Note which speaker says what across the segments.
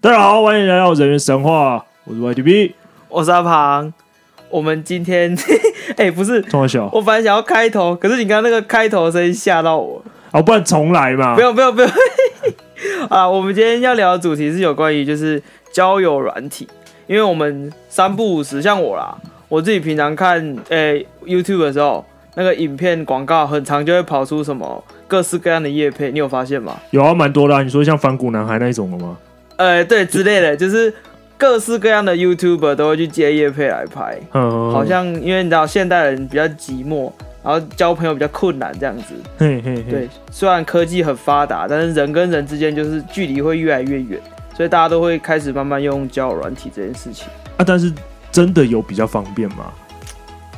Speaker 1: 大家好，欢迎来到人猿神话，我是 YTB
Speaker 2: 我是阿庞。我们今天， 哎、不是，
Speaker 1: 钟小小
Speaker 2: 我本来想要开头，可是你刚刚那个开头声音吓到我。
Speaker 1: 啊，不然重来嘛
Speaker 2: 不。用，不用，不用。 啊，我们今天要聊的主题是有关于就是交友软体，因为我们三不五时，像我啦，我自己平常看呃、YouTube 的时候，那个影片广告很长就会跑出什么各式各样的叶配，你有发现吗？
Speaker 1: 有啊，蛮多的、啊。你说像反骨男孩那一种的吗？
Speaker 2: 呃，对之类的，就是各式各样的 YouTuber 都会去接叶配来拍。
Speaker 1: 嗯，
Speaker 2: 好像因为你知道现代人比较寂寞，然后交朋友比较困难这样子。
Speaker 1: 嘿嘿嘿，
Speaker 2: 对，虽然科技很发达，但是人跟人之间就是距离会越来越远，所以大家都会开始慢慢用交友软体这件事情。
Speaker 1: 啊，但是真的有比较方便吗？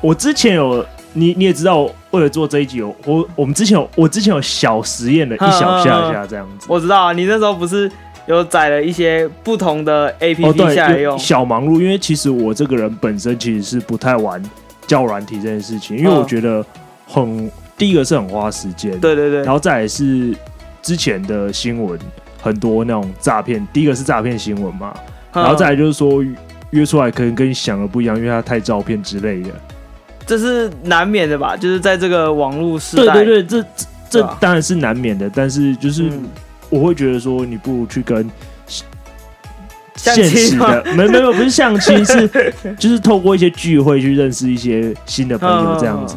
Speaker 1: 我之前有，你你也知道，我为了做这一集，我我我们之前有，我之前有小实验了一小下下这样子。
Speaker 2: 嗯我知道啊，你那时候不是有载了一些不同的
Speaker 1: 哦，
Speaker 2: APP
Speaker 1: 对
Speaker 2: 下来，
Speaker 1: 有
Speaker 2: 用？
Speaker 1: 小忙碌，因为其实我这个人本身其实是不太玩教软体这件事情，因为
Speaker 2: 嗯
Speaker 1: 我觉得很、第一个是很花时间，
Speaker 2: 对对对，
Speaker 1: 然后再来是之前的新闻很多那种诈骗，第一个是诈骗新闻嘛，
Speaker 2: 嗯
Speaker 1: 然后再来就是说约出来可能跟你想的不一样，因为他太照片之类的。
Speaker 2: 这是难免的吧？就是在这个网络时
Speaker 1: 对
Speaker 2: 代，
Speaker 1: 对对，这这
Speaker 2: 对
Speaker 1: 这
Speaker 2: 啊
Speaker 1: 当然是难免的，但是就是
Speaker 2: 嗯，
Speaker 1: 我会觉得说，你不如去跟
Speaker 2: 相
Speaker 1: 现
Speaker 2: 亲
Speaker 1: 实
Speaker 2: 吗
Speaker 1: 的，没没有不是相 亲，是就是透过一些聚会去认识一些新的朋
Speaker 2: 嗯
Speaker 1: 友这样子。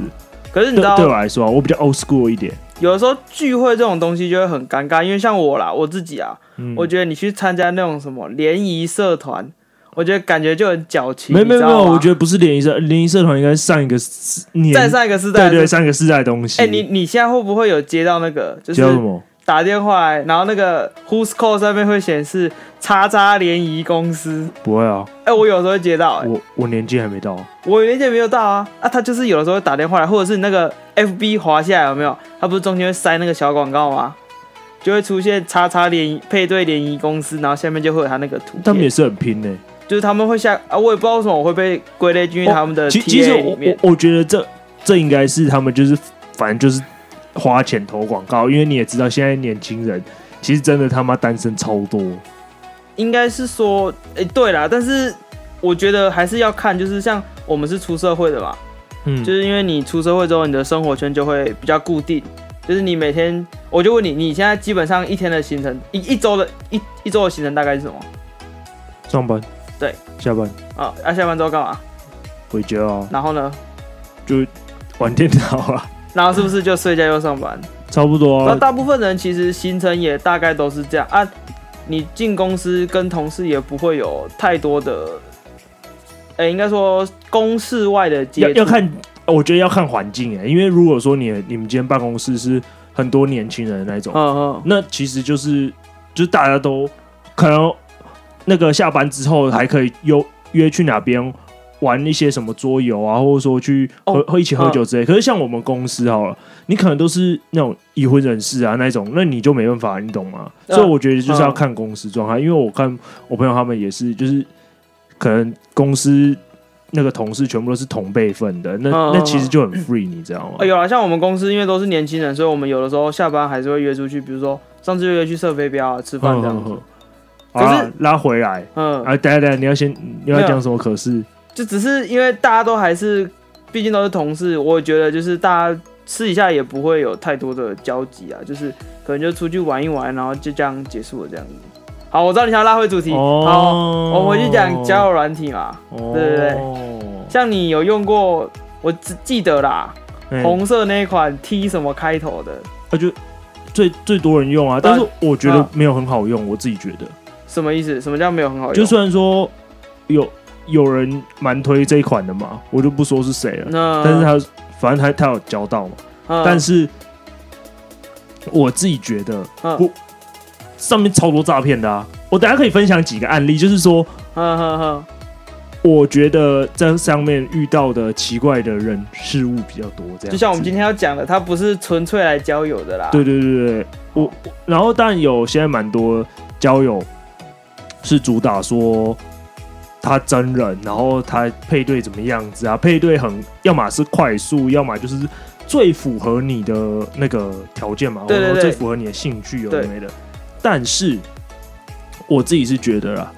Speaker 2: 可是你
Speaker 1: 对
Speaker 2: 知道
Speaker 1: 对我来说啊，我比较 old school 一点。
Speaker 2: 有的时候聚会这种东西就会很尴尬，因为像我啦，我自己啊，
Speaker 1: 嗯，
Speaker 2: 我觉得你去参加那种什么联谊社团，我觉得感觉就很矫情。
Speaker 1: 没没没有，我觉
Speaker 2: 得
Speaker 1: 得不是联谊社，联谊社团应该是上一个世年
Speaker 2: 再上一个世
Speaker 1: 对
Speaker 2: 代的时候，
Speaker 1: 对，上个世代的东西。
Speaker 2: 哎、你你现在会不会有接到那个，就
Speaker 1: 叫什
Speaker 2: 是
Speaker 1: 么？
Speaker 2: 打电话来，然后那个 Who's Call 上面会显示叉叉联谊公司？
Speaker 1: 不会啊，
Speaker 2: 哎、我有时候会接到、哎，
Speaker 1: 我我年纪还没到。
Speaker 2: 我有年前没有到啊，啊，他就是有的时候会打电话来，或者是那个 FB 滑下来有没有？他不是中间会塞那个小广告吗？就会出现叉叉联谊配对联谊公司，然后下面就会有他那个图片。
Speaker 1: 他们也是很拼呢、
Speaker 2: 就是他们会下啊，我也不知道为什么我会被归类进去他们的
Speaker 1: 哦其其实
Speaker 2: TA 呃里
Speaker 1: 我
Speaker 2: 面。
Speaker 1: 我我觉得这这应该是他们就是反正就是花钱投广告，因为你也知道现在年轻人其实真的他妈单身超多。
Speaker 2: 应该是说，哎、对啦，但是我觉得还是要看，就是像我们是出社会的嘛，
Speaker 1: 嗯，
Speaker 2: 就是因为你出社会之后，你的生活圈就会比较固定，就是你每天，我就问你，你现在基本上一天的行程，一一周的一一周的行程大概是什么
Speaker 1: 上班，
Speaker 2: 对，
Speaker 1: 下班
Speaker 2: 啊？啊，下班之后干嘛？
Speaker 1: 回家啊，
Speaker 2: 然后呢？
Speaker 1: 就玩电脑啊，
Speaker 2: 然后是不是就睡觉又上班？
Speaker 1: 差不多
Speaker 2: 那
Speaker 1: 啊。
Speaker 2: 大部分人其实行程也大概都是这样啊。你进公司跟同事也不会有太多的，哎、应该说公事外的接
Speaker 1: 要
Speaker 2: 触。
Speaker 1: 要看，我觉得要看环境哎、因为如果说你你们今天办公室是很多年轻人的那种
Speaker 2: 嗯，，嗯
Speaker 1: 那其实就是就是大家都可能那个下班之后还可以约约去哪边玩一些什么桌游啊，或者说去喝、
Speaker 2: 哦
Speaker 1: 喝一起喝酒之类。可是像我们公司好了，你可能都是那种已婚人士啊那种，那你就没办法，你懂吗？
Speaker 2: 嗯
Speaker 1: 所以我觉得就是要看公司状态，因为我看我朋友他们也是，就是可能公司。那个同事全部都是同辈份的，那、
Speaker 2: 嗯
Speaker 1: 那其实就很 free，你知道吗？
Speaker 2: 哦，有啦，像我们公司因为都是年轻人，所以我们有的时候下班还是会约出去，比如说上次约去射飞镖啊、吃饭这样子。
Speaker 1: 嗯
Speaker 2: 可是
Speaker 1: 好啦拉回来，
Speaker 2: 嗯，
Speaker 1: 啊，等一下等一下，你要先你要
Speaker 2: 没有
Speaker 1: 讲什么？可是，
Speaker 2: 就只是因为大家都还是，毕竟都是同事，我觉得就是大家私底下也不会有太多的交集啊，就是可能就出去玩一玩，然后就这样结束了这样子。好，我知道你想要拉回主题，
Speaker 1: 哦
Speaker 2: 好，我回去讲交友软体嘛。
Speaker 1: 友
Speaker 2: 对对对
Speaker 1: 哦
Speaker 2: 像你有用过，我只记得啦，
Speaker 1: 对
Speaker 2: 红色那一款 T 什么开头的，
Speaker 1: 哎啊就最最多人用啊，但是我觉得
Speaker 2: 嗯
Speaker 1: 没有很好用，我自己觉得，
Speaker 2: 什么意思？什么叫没有很好用？
Speaker 1: 就虽然说有有人蛮推这一款的嘛，我就不说是谁了，
Speaker 2: 那，
Speaker 1: 但是他反正他他有教到嘛，
Speaker 2: 嗯，
Speaker 1: 但是我自己觉得
Speaker 2: 嗯
Speaker 1: 我上面超多诈骗的啊，我等一下可以分享几个案例，就是说
Speaker 2: 嗯哼哼，
Speaker 1: 我觉得在上面遇到的奇怪的人事物比较多，这样子
Speaker 2: 就像我们今天要讲的，它不是纯粹来交友的啦。哦
Speaker 1: 对对对对，我我然后但有现在蛮多交友是主打说他真人，然后他配对怎么样子啊？配对很要么是快速，要么就是最符合你的那个条件嘛，
Speaker 2: 对对
Speaker 1: 或者说
Speaker 2: 对
Speaker 1: 最符合你的兴趣有的没的。但是我自己是觉得啦，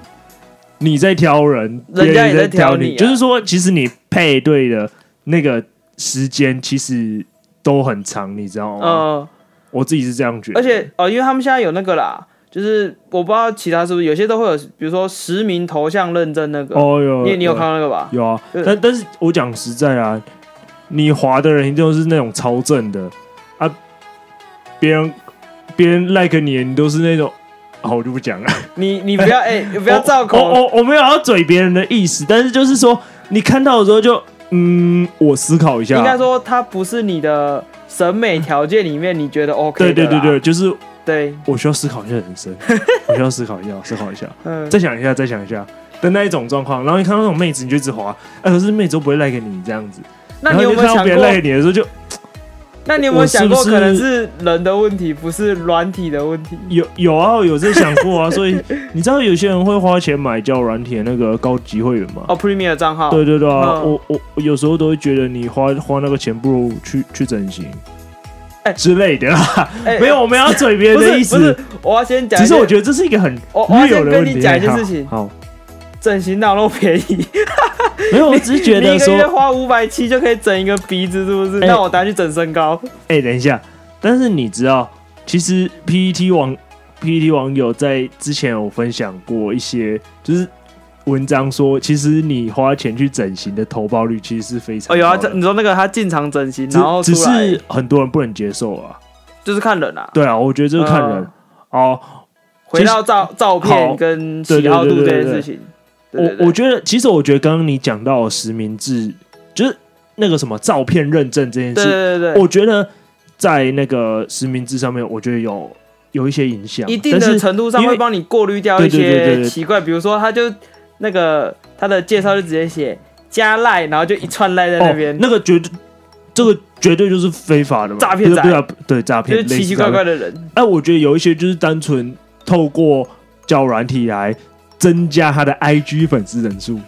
Speaker 1: 你在挑人，
Speaker 2: 人家也
Speaker 1: 别在
Speaker 2: 在挑
Speaker 1: 你，
Speaker 2: 你啊
Speaker 1: 就是说，其实你配对的那个时间其实都很长，你知道吗？
Speaker 2: 呃，
Speaker 1: 我自己是这样觉得，
Speaker 2: 而且呃，因为他们现在有那个啦，就是我不知道其他是不是有些都会有，比如说实名头像认证那个，
Speaker 1: 哦有
Speaker 2: 你你有看到那个吧？
Speaker 1: 有啊，
Speaker 2: 对
Speaker 1: 但但是我讲实在啊，你滑的人一定都是那种超正的啊，别人别人 like 你，你都是那种，啊，我就不讲了，
Speaker 2: 你你不要哎、不
Speaker 1: 哦
Speaker 2: 要造
Speaker 1: 我
Speaker 2: 口，
Speaker 1: 我我我没有要嘴别人的意思，但是就是说，你看到的时候就，嗯，我思考一下，
Speaker 2: 应该说它不是你的审美条件里面 你觉得 OK
Speaker 1: 对对
Speaker 2: 的啦
Speaker 1: 对对，就是
Speaker 2: 对，
Speaker 1: 我需要思考一下人生， 我需要思考一下，思考一下，
Speaker 2: 嗯，
Speaker 1: 再想一下，再想一下的那一种状况，然后你看到那种妹子，你就一直滑，啊，可是妹子都不会 like 你这样子，
Speaker 2: 那你有没有
Speaker 1: 然后
Speaker 2: 想
Speaker 1: 就看到别人
Speaker 2: 过？
Speaker 1: like 你的时候就。
Speaker 2: 那你有没有想过，
Speaker 1: 我是不是
Speaker 2: 可能是人的问题，不是软体的问题？
Speaker 1: 有有啊，有在想过啊， 所以你知道有些人会花钱买交友软体的那个高级会员吗？
Speaker 2: 哦，Premier 账号，
Speaker 1: 对对对啊，
Speaker 2: 嗯
Speaker 1: 我我我有时候都会觉得你花花那个钱不如去去整形，
Speaker 2: 哎
Speaker 1: 之类的啦。
Speaker 2: 哎
Speaker 1: 没有，我们要嘴别
Speaker 2: 不
Speaker 1: 人的
Speaker 2: 是
Speaker 1: 意
Speaker 2: 不是
Speaker 1: 思。，
Speaker 2: 我要先讲一
Speaker 1: 其
Speaker 2: 件。
Speaker 1: 实我觉得这是一个很
Speaker 2: 我我要
Speaker 1: real
Speaker 2: 先
Speaker 1: 的
Speaker 2: 跟
Speaker 1: 问题。
Speaker 2: 你讲一件事情，
Speaker 1: 好，好
Speaker 2: 整形哪有那么便宜？
Speaker 1: 没有，我只是觉
Speaker 2: 你
Speaker 1: 得
Speaker 2: 一个月
Speaker 1: 说，
Speaker 2: 花五百七就可以整一个鼻子，是不是？
Speaker 1: 哎
Speaker 2: 那我拿去整身高。
Speaker 1: 哎，等一下，但是你知道，其实 PPT 网 PPT 网友在之前有分享过一些，就是。文章说，其实你花钱去整形的投报率其实是非常
Speaker 2: 哦，有啊，
Speaker 1: 高的
Speaker 2: 这你说那个他进场整形，
Speaker 1: 只
Speaker 2: 然后出
Speaker 1: 只
Speaker 2: 来
Speaker 1: 是很多人不能接受啊。
Speaker 2: 就是看人啊。
Speaker 1: 对啊，我觉得这个看人、
Speaker 2: 嗯
Speaker 1: 哦。
Speaker 2: 回到照照
Speaker 1: 好
Speaker 2: 片跟喜好度
Speaker 1: 对对
Speaker 2: 这
Speaker 1: 对对
Speaker 2: 件
Speaker 1: 对
Speaker 2: 事情，对对
Speaker 1: 我
Speaker 2: 对
Speaker 1: 我觉得，其实我觉得刚刚你讲到的实名制，就是那个什么照片认证这件
Speaker 2: 对
Speaker 1: 事，
Speaker 2: 对对对，
Speaker 1: 我觉得在那个实名制上面，我觉得有有一些影响，
Speaker 2: 一定
Speaker 1: 但
Speaker 2: 的
Speaker 1: 是
Speaker 2: 程度上
Speaker 1: 因为
Speaker 2: 会帮你过滤掉
Speaker 1: 对
Speaker 2: 一
Speaker 1: 对对对
Speaker 2: 些
Speaker 1: 对
Speaker 2: 奇怪，比如说他就那个他的介绍就直接写加赖，然后就一串赖在那边
Speaker 1: 哦，，那个绝对这个绝对就是非法的嘛，
Speaker 2: 诈骗仔
Speaker 1: 对啊，对诈
Speaker 2: 就是
Speaker 1: 骗，类
Speaker 2: 奇
Speaker 1: 似
Speaker 2: 奇
Speaker 1: 诈骗
Speaker 2: 怪怪的人。
Speaker 1: 哎，我觉得有一些就是单纯透过交友软体来增加他的 IG 粉丝人数。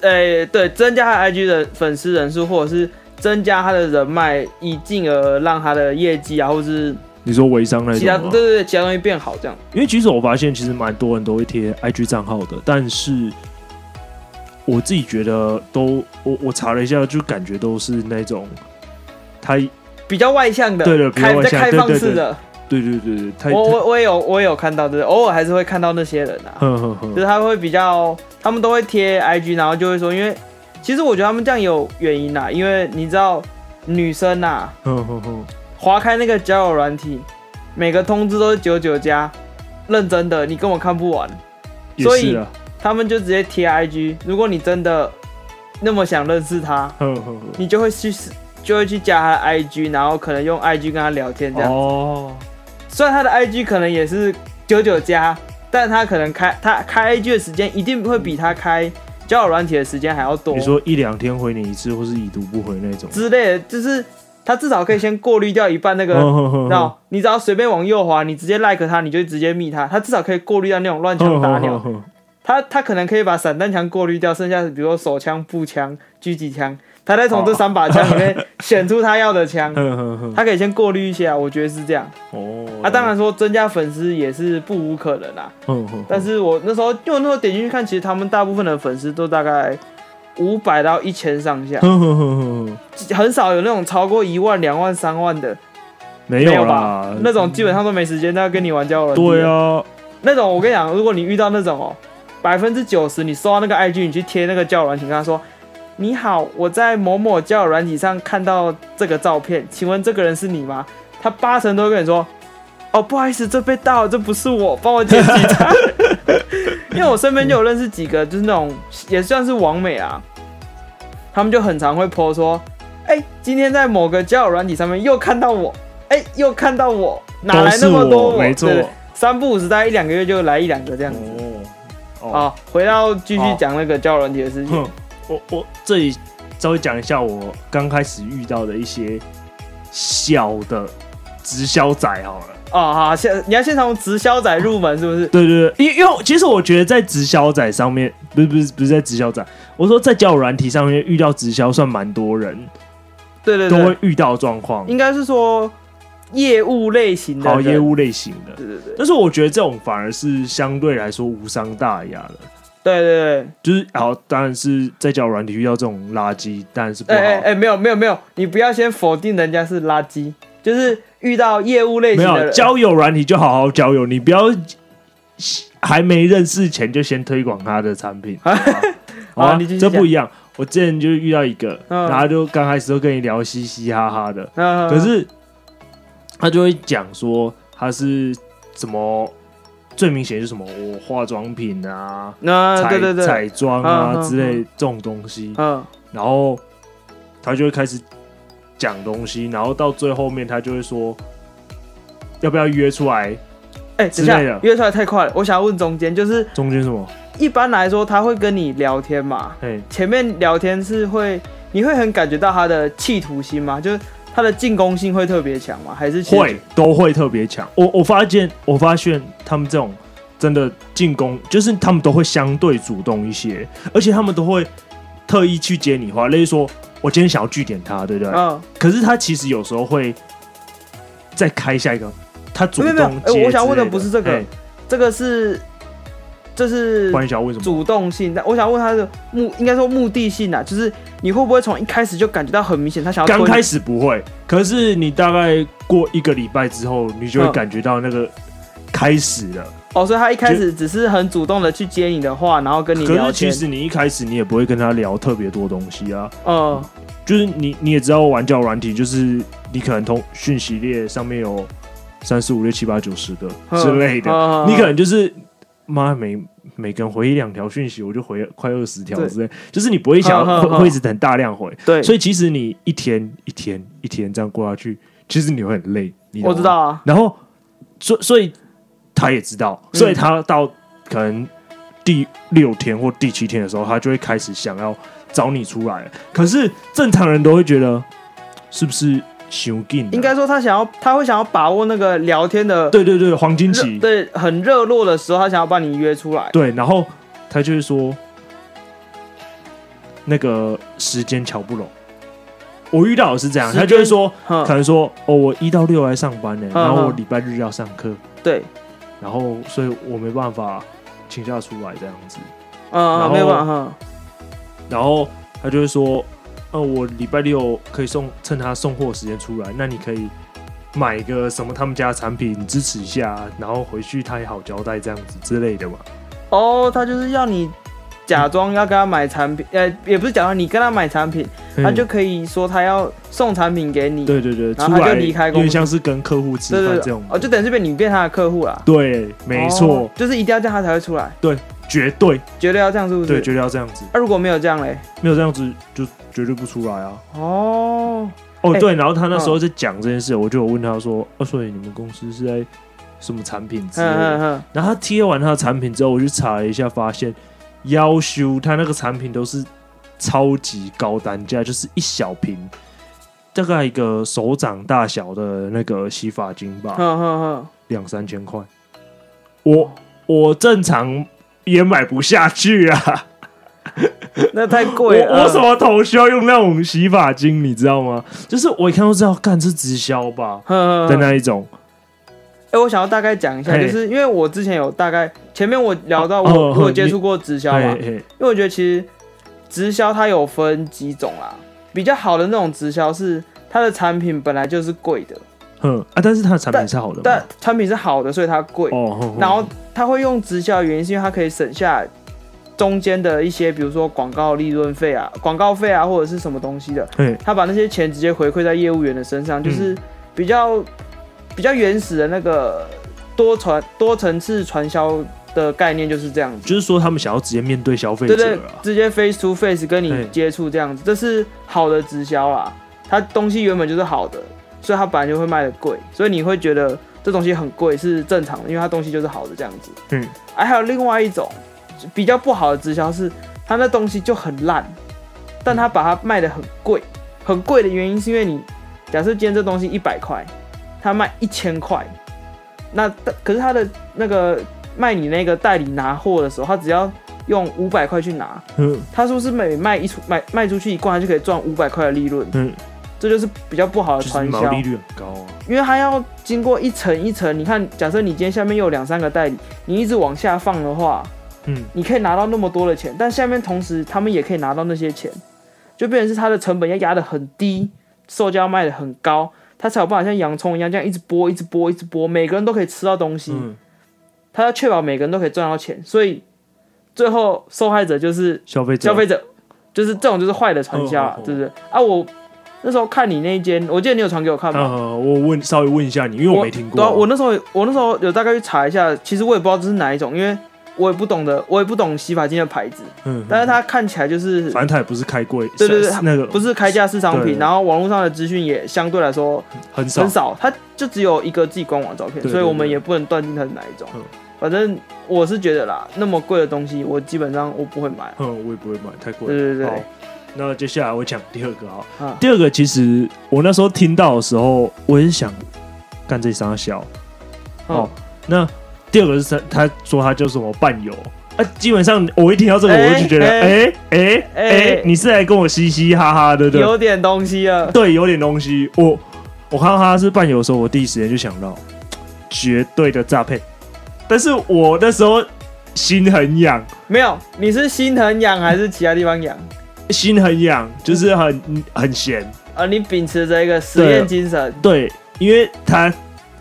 Speaker 2: 呃，对，增加他的 IG 的粉丝人数，或者是增加他的人脉，以进而让他的业绩啊，或是
Speaker 1: 你说微商那
Speaker 2: 其
Speaker 1: 种
Speaker 2: 他
Speaker 1: 吗
Speaker 2: 对对对，其他东西变好这样。
Speaker 1: 因为其实我发现，其实蛮多人都会贴 IG 账号的，但是我自己觉得都，我我查了一下，就感觉都是那种他，
Speaker 2: 比较外向的，
Speaker 1: 对对比较
Speaker 2: 开
Speaker 1: 外
Speaker 2: 在
Speaker 1: 向
Speaker 2: 开
Speaker 1: 对
Speaker 2: 放
Speaker 1: 对
Speaker 2: 式的，
Speaker 1: 对对对对，他，
Speaker 2: 我我我也有我也有看到，对，偶尔还是会看到那些人啊，
Speaker 1: 呵呵
Speaker 2: 就
Speaker 1: 呵，
Speaker 2: 是他会比较，他们都会贴 IG，然后就会说，因为其实我觉得他们这样有原因啦，因为你知道女生呐、啊，
Speaker 1: 呵呵呵，
Speaker 2: 划开那个交友软体，每个通知都是九九加，认真的，你根本看不完，
Speaker 1: 也
Speaker 2: 所以
Speaker 1: 是啊，
Speaker 2: 他们就直接贴 IG，如果你真的那么想认识他，
Speaker 1: 呵呵呵，
Speaker 2: 你就会去就会去加他的 IG，然后可能用 IG 跟他聊天这样。
Speaker 1: 哦，
Speaker 2: 虽然他的 IG 可能也是九九加，但他可能开他开 IG 的时间一定会比他开交友软体的时间还要多
Speaker 1: 你，说一两天回你一次，或是已读不回那种，
Speaker 2: 之类的，就是他至少可以先过滤掉一半那个。
Speaker 1: 呵呵
Speaker 2: 那、你只要随便往右滑，你直接 like 他，你就直接密他，他至少可以过滤掉那种乱
Speaker 1: 嗯
Speaker 2: 枪打鸟。
Speaker 1: 呵，
Speaker 2: 他他可能可以把散弹枪过滤掉，剩下比如说手枪、步枪、狙击枪，他再从这三把枪 里面选出他要的枪，
Speaker 1: 呵呵呵，
Speaker 2: 他可以先过滤一些啊，我觉得是这样。
Speaker 1: 哦，
Speaker 2: 啊，当然说增加粉丝也是不无可能啊啦、
Speaker 1: 呵呵，
Speaker 2: 但是我那时候，因为我那时候点进去看，其实他们大部分的粉丝都大概五百到一千上下，
Speaker 1: 呵呵呵呵，
Speaker 2: 很少有那种超过一万、两万、三万的，
Speaker 1: 没
Speaker 2: 没
Speaker 1: 有
Speaker 2: 吧
Speaker 1: 啦？，
Speaker 2: 那种基本上都没时间，那跟你玩交友软件
Speaker 1: 对，啊，
Speaker 2: 那种我跟你讲，如果你遇到那种哦，百分之九十你收到那个 IG，你去贴那个交友软体，跟他说。你好，我在某某交友软体上看到这个照片，请问这个人是你吗？他八成都会跟你说，哦，不好意思，这被盗了，这不是我，帮我剪辑他。 因为我身边就有认识几个，就是那种也算是网美啊，他们就很常会 po 说，哎、今天在某个交友软体上面又看到我，哎、又看到我，哪来那么
Speaker 1: 都是
Speaker 2: 多
Speaker 1: 我没错
Speaker 2: 对对三不五时，大概一两个月就来一两个这样子。
Speaker 1: 哦，哦嗯
Speaker 2: 好，回到继续讲那个交友软体的事情。
Speaker 1: 哼，我我这里稍微讲一下我刚开始遇到的一些小的直销仔好了。
Speaker 2: 哦，好，现你要先从直销仔入门是不是？
Speaker 1: 对对对，因因为其实我觉得在直销仔上面，不是不是不是在直销仔，我说在交友软体上面遇到直销算蛮多人
Speaker 2: 对对
Speaker 1: 都
Speaker 2: 对
Speaker 1: 会，遇到的状况。
Speaker 2: 应该是说业务类型的
Speaker 1: 好
Speaker 2: 人
Speaker 1: 业，务类型的。
Speaker 2: 对对对
Speaker 1: 但是我觉得这种反而是相对来说无伤大雅的，
Speaker 2: 对对
Speaker 1: 就是好，当然是在交友软体遇到这种垃圾，当然是不
Speaker 2: 对，
Speaker 1: 好。
Speaker 2: 哎哎哎，没有没有没有，你不要先否定人家是垃圾，就是遇到业务类
Speaker 1: 没
Speaker 2: 型的
Speaker 1: 有
Speaker 2: 人，
Speaker 1: 交友软体就好好交友，你不要还没认识前就先推广他的产 品。好吧好吧
Speaker 2: 你继续
Speaker 1: 这
Speaker 2: 讲
Speaker 1: 不一样。我之前就遇到一个，
Speaker 2: 嗯
Speaker 1: 然后他就刚开始都跟你聊嘻嘻哈哈的，
Speaker 2: 嗯，
Speaker 1: 可是他就会讲说他是什么，最明显就是什么我化妆品啊、
Speaker 2: 那
Speaker 1: 彩
Speaker 2: 嗯呃对对对，
Speaker 1: 彩妆
Speaker 2: 嗯嗯
Speaker 1: 啊之类
Speaker 2: 嗯
Speaker 1: 这种东西，
Speaker 2: 嗯
Speaker 1: 然后他就会开始讲东西，然后到最后面他就会说要不要约出来，
Speaker 2: 哎，
Speaker 1: 之
Speaker 2: 等一下
Speaker 1: 类的
Speaker 2: 约出来太快了，我想要问中间，就是
Speaker 1: 中间什么？
Speaker 2: 一般来说他会跟你聊天嘛，
Speaker 1: 嘿，
Speaker 2: 前面聊天是会，你会很感觉到他的企图心吗？就是他的进攻性会特别强吗？还是其实
Speaker 1: 会都会特别强。我我发现我发现他们这种真的进攻，就是他们都会相对主动一些，而且他们都会特意去接你话，例如说我今天想要据点他，对不对？
Speaker 2: 嗯，
Speaker 1: 可是他其实有时候会再开下一个，他主
Speaker 2: 没有
Speaker 1: 动
Speaker 2: 没有
Speaker 1: 接之
Speaker 2: 哎
Speaker 1: 类。
Speaker 2: 我想问的不是这个
Speaker 1: 嘿
Speaker 2: 这个是这是
Speaker 1: 不然你想要问什么？
Speaker 2: 主动性，但我想问他的目应该说目的性啊，就是你会不会从一开始就感觉到很明显他想要
Speaker 1: 刚
Speaker 2: 推你
Speaker 1: 开始不会，可是你大概过一个礼拜之后，你就会
Speaker 2: 嗯
Speaker 1: 感觉到那个开始了。
Speaker 2: 哦，所以他一开始只是很主动的去接你的话，然后跟你
Speaker 1: 可
Speaker 2: 聊
Speaker 1: 是其
Speaker 2: 天，
Speaker 1: 实你一开始你也不会跟他聊特别多东西啊，
Speaker 2: 嗯
Speaker 1: 就是你你也知道玩交友软体，就是你可能通讯息列上面有三四五六七八九十个之类的，
Speaker 2: 嗯嗯嗯
Speaker 1: 你可能就是妈每每个人回一两条讯息，我就回快二十条
Speaker 2: 对
Speaker 1: 之类，就是你不会想
Speaker 2: 嗯
Speaker 1: 要
Speaker 2: 嗯
Speaker 1: 会
Speaker 2: 嗯
Speaker 1: 会一直很大量回，
Speaker 2: 对，
Speaker 1: 所以其实你一天一天一天这样过下去，其实你会很累，你懂吗
Speaker 2: 我知道。啊，
Speaker 1: 然后，所所以他也知道，
Speaker 2: 嗯
Speaker 1: 所以他到可能第六天或第七天的时候，他就会开始想要找你出来了。可是正常人都会觉得，是不是熊劲？
Speaker 2: 应该说他想要他会想要把握那个聊天的
Speaker 1: 对对对，黄金
Speaker 2: 热
Speaker 1: 期
Speaker 2: 对很热络的时候，他想要把你约出来。
Speaker 1: 对，然后他就会说，那个时间瞧不拢。我遇到的是这样，
Speaker 2: 时间
Speaker 1: 他就会说，
Speaker 2: 哼
Speaker 1: 可能说，哦，我一到六来上班呢、
Speaker 2: 嗯
Speaker 1: 然后我
Speaker 2: 嗯
Speaker 1: 礼拜日要上课，
Speaker 2: 对，
Speaker 1: 然后所以我没办法请假出来这样子。
Speaker 2: 嗯，
Speaker 1: 然
Speaker 2: 嗯
Speaker 1: 后
Speaker 2: 没有办法，
Speaker 1: 然后他就会说，呃，我礼拜六可以送，趁他送货时间出来，那你可以买一个什么他们家的产品支持一下，然后回去他也好交代这样子之类的嘛。
Speaker 2: 哼哦，他就是要你假装要跟他买产品，呃，也不是假装你跟他买产品，他啊就
Speaker 1: 嗯
Speaker 2: 可以说他要送产品给你，
Speaker 1: 对对对，
Speaker 2: 然
Speaker 1: 出
Speaker 2: 后他
Speaker 1: 来
Speaker 2: 就离开
Speaker 1: 有
Speaker 2: 公司
Speaker 1: 点像是跟客户吃
Speaker 2: 对对
Speaker 1: 饭
Speaker 2: 对
Speaker 1: 这种。
Speaker 2: 哦，就等于是变你变他的客户啦。
Speaker 1: 对，没错，
Speaker 2: 哦就是一定要这样他才会出来，
Speaker 1: 绝对
Speaker 2: 绝对要这样，是不是？
Speaker 1: 对，绝对要这样子，
Speaker 2: 那、如果没有这样嘞，
Speaker 1: 没有这样子就绝对不出来啊。
Speaker 2: 哦，
Speaker 1: 哦，
Speaker 2: 哎
Speaker 1: 对，然后他那时候在讲这件事，我就有问他说，哦，所以你们公司是在什么产品之类
Speaker 2: 嗯
Speaker 1: 的
Speaker 2: 嗯？嗯，
Speaker 1: 然后他贴完他的产品之后，我去查了一下，发现要修他那个产品都是超级高单价，就是一小瓶，大概一个手掌大小的那个洗发精吧，
Speaker 2: 哼哼哼，
Speaker 1: 两三千块。我我正常也买不下去 啊，
Speaker 2: 那太
Speaker 1: 我
Speaker 2: 贵了。
Speaker 1: 我什么头需要用那种洗发精，你知道吗？就是我一看就知道，干是直销吧
Speaker 2: 嗯？哼
Speaker 1: 的
Speaker 2: 哼哼，哎、
Speaker 1: 那一种。
Speaker 2: 我想要大概讲一下，
Speaker 1: 嘿
Speaker 2: 就是因为我之前有大概前面我聊到我、
Speaker 1: 哦哦
Speaker 2: 我有接触过直销嘛，
Speaker 1: 嘿嘿，
Speaker 2: 因为我觉得其实直销它有分几种啦，比较好的那种直销是它的产品本来就是贵的，
Speaker 1: 哼啊！但是他的产
Speaker 2: 但
Speaker 1: 品是好的
Speaker 2: 但
Speaker 1: 吗，
Speaker 2: 产品是好的，所以它贵。
Speaker 1: 哦，哼哼
Speaker 2: 然后它会用直销的原因是因为它可以省下中间的一些，比如说广告利润费啊、广告费啊或者是什么东西的
Speaker 1: 嘿，
Speaker 2: 它把那些钱直接回馈在业务员的身上，就是比较、比较原始的那个多传多层次传销的概念就是这样子。
Speaker 1: 就是说他们想要直接面对消费
Speaker 2: 对
Speaker 1: 者
Speaker 2: 对
Speaker 1: 啊，，
Speaker 2: 直接 face to face 跟你
Speaker 1: 对
Speaker 2: 接触这样子，这是好的直销啦。它东西原本就是好的，所以它本来就会卖的贵，所以你会觉得这东西很贵是正常的，因为它东西就是好的这样子。
Speaker 1: 嗯，
Speaker 2: 哎，还有另外一种比较不好的直销是，它那东西就很烂，但它把它卖的很贵，很贵的原因是因为你假设今天这东西一百块，它卖一千块，那但可是它的那个卖你那个代理拿货的时候，他只要用五百块去拿，
Speaker 1: 嗯
Speaker 2: 他说是每卖一出买卖出去一罐，他就可以赚五百块的利润。
Speaker 1: 嗯，
Speaker 2: 这就是比较不好的
Speaker 1: 就是
Speaker 2: 传
Speaker 1: 毛
Speaker 2: 销
Speaker 1: 利，率很高啊。
Speaker 2: 因为它要经过一层一层。你看，假设你今天下面又有两三个代理，你一直往下放的话，
Speaker 1: 嗯，
Speaker 2: 你可以拿到那么多的钱，但下面同时他们也可以拿到那些钱，就变成是它的成本要压得很低，售价卖得很高，它才有办法像洋葱一样这样一直剥、一直剥、一直剥，每个人都可以吃到东西，
Speaker 1: 嗯，
Speaker 2: 它要确保每个人都可以赚到钱，所以最后受害者就是
Speaker 1: 消费者
Speaker 2: 消费者，就是这种就是坏的传销啊
Speaker 1: 哦哦哦，
Speaker 2: 对不对？啊，我那时候看你那一间，我记得你有传给我看吗？
Speaker 1: 呃，我问稍微问一下你，因为我没听过
Speaker 2: 对
Speaker 1: 啊。
Speaker 2: 啊，我那时候我那时候有大概去查一下，其实我也不知道这是哪一种，因为我也不懂得，我也不懂洗发精的牌子，
Speaker 1: 嗯，
Speaker 2: 但是它看起来就是
Speaker 1: 反正他也不是开柜，
Speaker 2: 对对对
Speaker 1: 是那个
Speaker 2: 不是开价市场
Speaker 1: 对
Speaker 2: 品，然后网络上的资讯也相对来说
Speaker 1: 很少
Speaker 2: 很。少，它就只有一个自己官网照片，
Speaker 1: 对
Speaker 2: 所
Speaker 1: 对
Speaker 2: 以我们
Speaker 1: 对
Speaker 2: 也不能断定它是哪一种
Speaker 1: 嗯。
Speaker 2: 反正我是觉得啦，那么贵的东西，我基本上我不会买。啊
Speaker 1: 嗯，我也不会买，太贵。
Speaker 2: 对对对
Speaker 1: 好，那接下来我讲第二个啊。
Speaker 2: 啊，
Speaker 1: 第二个其实我那时候听到的时候，我也是想干这傻笑。哦
Speaker 2: 哦，
Speaker 1: 那第二个是他他说他叫什么伴游啊，基本上我一听到这个，
Speaker 2: 哎
Speaker 1: 我就觉得哎
Speaker 2: 哎
Speaker 1: 哎哎
Speaker 2: 哎，
Speaker 1: 你是来跟我嘻嘻哈哈的，对不对
Speaker 2: 有点东西啊，
Speaker 1: 对，有点东西。我我看到他是伴游的时候，我第一时间就想到绝对的诈骗，但是我那时候心很痒，
Speaker 2: 没有？你是心疼痒还是其他地方痒？
Speaker 1: 心很痒，就是很很闲。
Speaker 2: 啊，你秉持着一个实
Speaker 1: 对
Speaker 2: 验精神，
Speaker 1: 对，因为他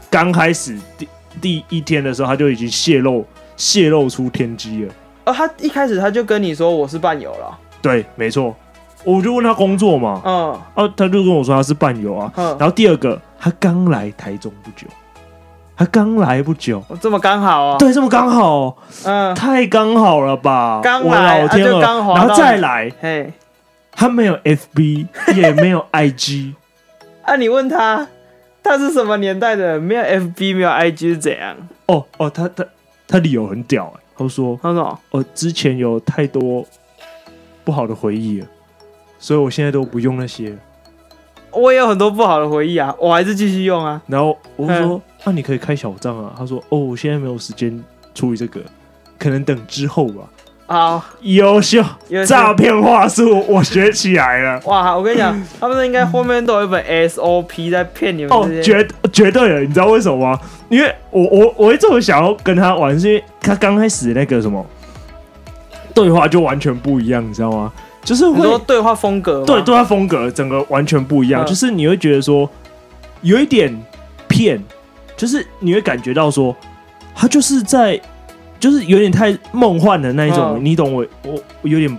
Speaker 1: 刚开始第第一天的时候，他就已经泄露泄露出天机了。
Speaker 2: 哦，他一开始他就跟你说我是伴游了，
Speaker 1: 对，没错，我就问他工作嘛，
Speaker 2: 嗯
Speaker 1: 哦、他就跟我说他是伴游啊。
Speaker 2: 嗯，
Speaker 1: 然后第二个，他刚来台中不久，他刚来不久，
Speaker 2: 我这么刚好啊，
Speaker 1: 对，这么刚好哦、
Speaker 2: 嗯，
Speaker 1: 太刚好了吧？
Speaker 2: 刚
Speaker 1: 我
Speaker 2: 来
Speaker 1: 的老
Speaker 2: 啊
Speaker 1: 天
Speaker 2: 就
Speaker 1: 鹅，
Speaker 2: 刚好
Speaker 1: 然后
Speaker 2: 到
Speaker 1: 再
Speaker 2: 你
Speaker 1: 来，
Speaker 2: 嘿，
Speaker 1: 他没有 FB，也没 有 IG，
Speaker 2: 啊，你问他他是什么年代的人，没有 FB 没有 IG 是怎样？
Speaker 1: 哦哦，他他他理由很屌、欸，他说
Speaker 2: 他说
Speaker 1: 哦，之前有太多不好的回忆了，所以我现在都不用那些了。
Speaker 2: 我也有很多不好的回忆啊，我还是继续用啊，
Speaker 1: 然后我就说，那、你可以开小账啊。他说，哦，我现在没有时间处理这个，可能等之后吧。
Speaker 2: 好，
Speaker 1: 优秀
Speaker 2: 因为是
Speaker 1: 诈骗话术，我学起来了。
Speaker 2: 哇，我跟你讲， 他们应该后面都有一本 SOP 在骗你们
Speaker 1: 哦，
Speaker 2: 这些。
Speaker 1: 绝绝对的，你知道为什么吗？因为我我我会这么想要跟他玩，是因为他刚开始那个什么对话就完全不一样，你知道吗？就是
Speaker 2: 你
Speaker 1: 会
Speaker 2: 说对话风格吗
Speaker 1: 对对他风格整个完全不一样，
Speaker 2: 嗯
Speaker 1: 就是你会觉得说有一点骗，就是你会感觉到说他就是在就是有点太梦幻的那一种，
Speaker 2: 嗯
Speaker 1: 你懂我我我有点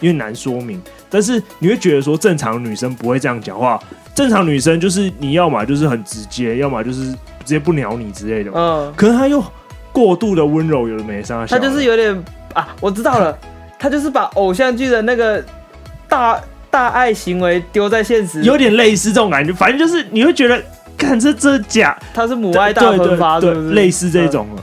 Speaker 1: 有点难说明，但是你会觉得说正常女生不会这样讲话，正常女生就是你要嘛就是很直接，要么就是直接不鸟你之类的，
Speaker 2: 嗯，
Speaker 1: 可是他又过度的温柔，有的没伤，
Speaker 2: 他就是有点啊，我知道了，他就是把偶像剧的那个大大爱行为丢在现实，
Speaker 1: 有点类似这种感觉，反正就是你会觉得。看这这假，
Speaker 2: 他是母爱大
Speaker 1: 对
Speaker 2: 喷发，
Speaker 1: 对
Speaker 2: 是不
Speaker 1: 对，
Speaker 2: 是？
Speaker 1: 类似这种了。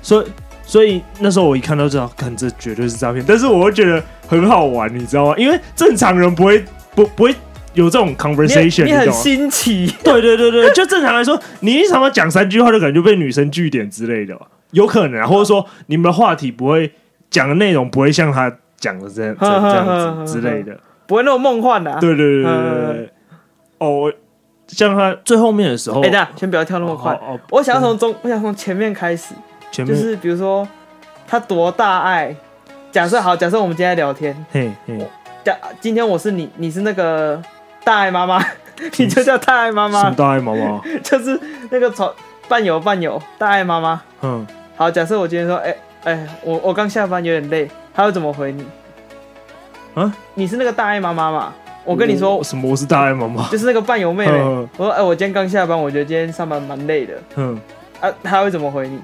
Speaker 1: 所以，所以那时候我一看到这，看这绝对是诈骗，但是我会觉得很好玩，你知道吗？因为正常人不会不不会有这种
Speaker 2: 嗯。你
Speaker 1: conversation，
Speaker 2: 你
Speaker 1: 你
Speaker 2: 很啊
Speaker 1: 懂吗？
Speaker 2: 新奇，
Speaker 1: 对对对对，就正常来说，你一常常讲三句话，就可能就被女生据点之类的吧，有可能、啊，或者说你们的话题不会讲的内容不会像他讲的这样 这样这样子之类的。
Speaker 2: 不会那么梦幻的、啊。
Speaker 1: 对对对对对对，哦，我像他最后面的时候，哦
Speaker 2: 哎、等一下先不要跳那么快，
Speaker 1: 哦，哦
Speaker 2: 我想要从中，我想从前面开始，
Speaker 1: 前
Speaker 2: 就
Speaker 1: 面、
Speaker 2: 是比如说他多大爱。假设好，假设我们今天在聊天，
Speaker 1: 嘿嘿。
Speaker 2: 假今天我是你，你是那个大爱妈妈， 你就叫大爱妈
Speaker 1: 什么
Speaker 2: 妈，
Speaker 1: 大爱毛 毛？
Speaker 2: 就是那个从伴游伴游大爱妈妈。
Speaker 1: 嗯，
Speaker 2: 好，假设我今天说，哎、哎、我我刚下班有点累，他会怎么回你？
Speaker 1: 啊？嗯
Speaker 2: 你是那个大爱妈妈嘛？我跟你说，
Speaker 1: 什么？我是大爱毛毛。
Speaker 2: 就是那个伴游妹妹。
Speaker 1: 嗯
Speaker 2: 我说，哎、我今天刚下班，我觉得今天上班蛮累的。
Speaker 1: 嗯，
Speaker 2: 啊，他会怎么回你？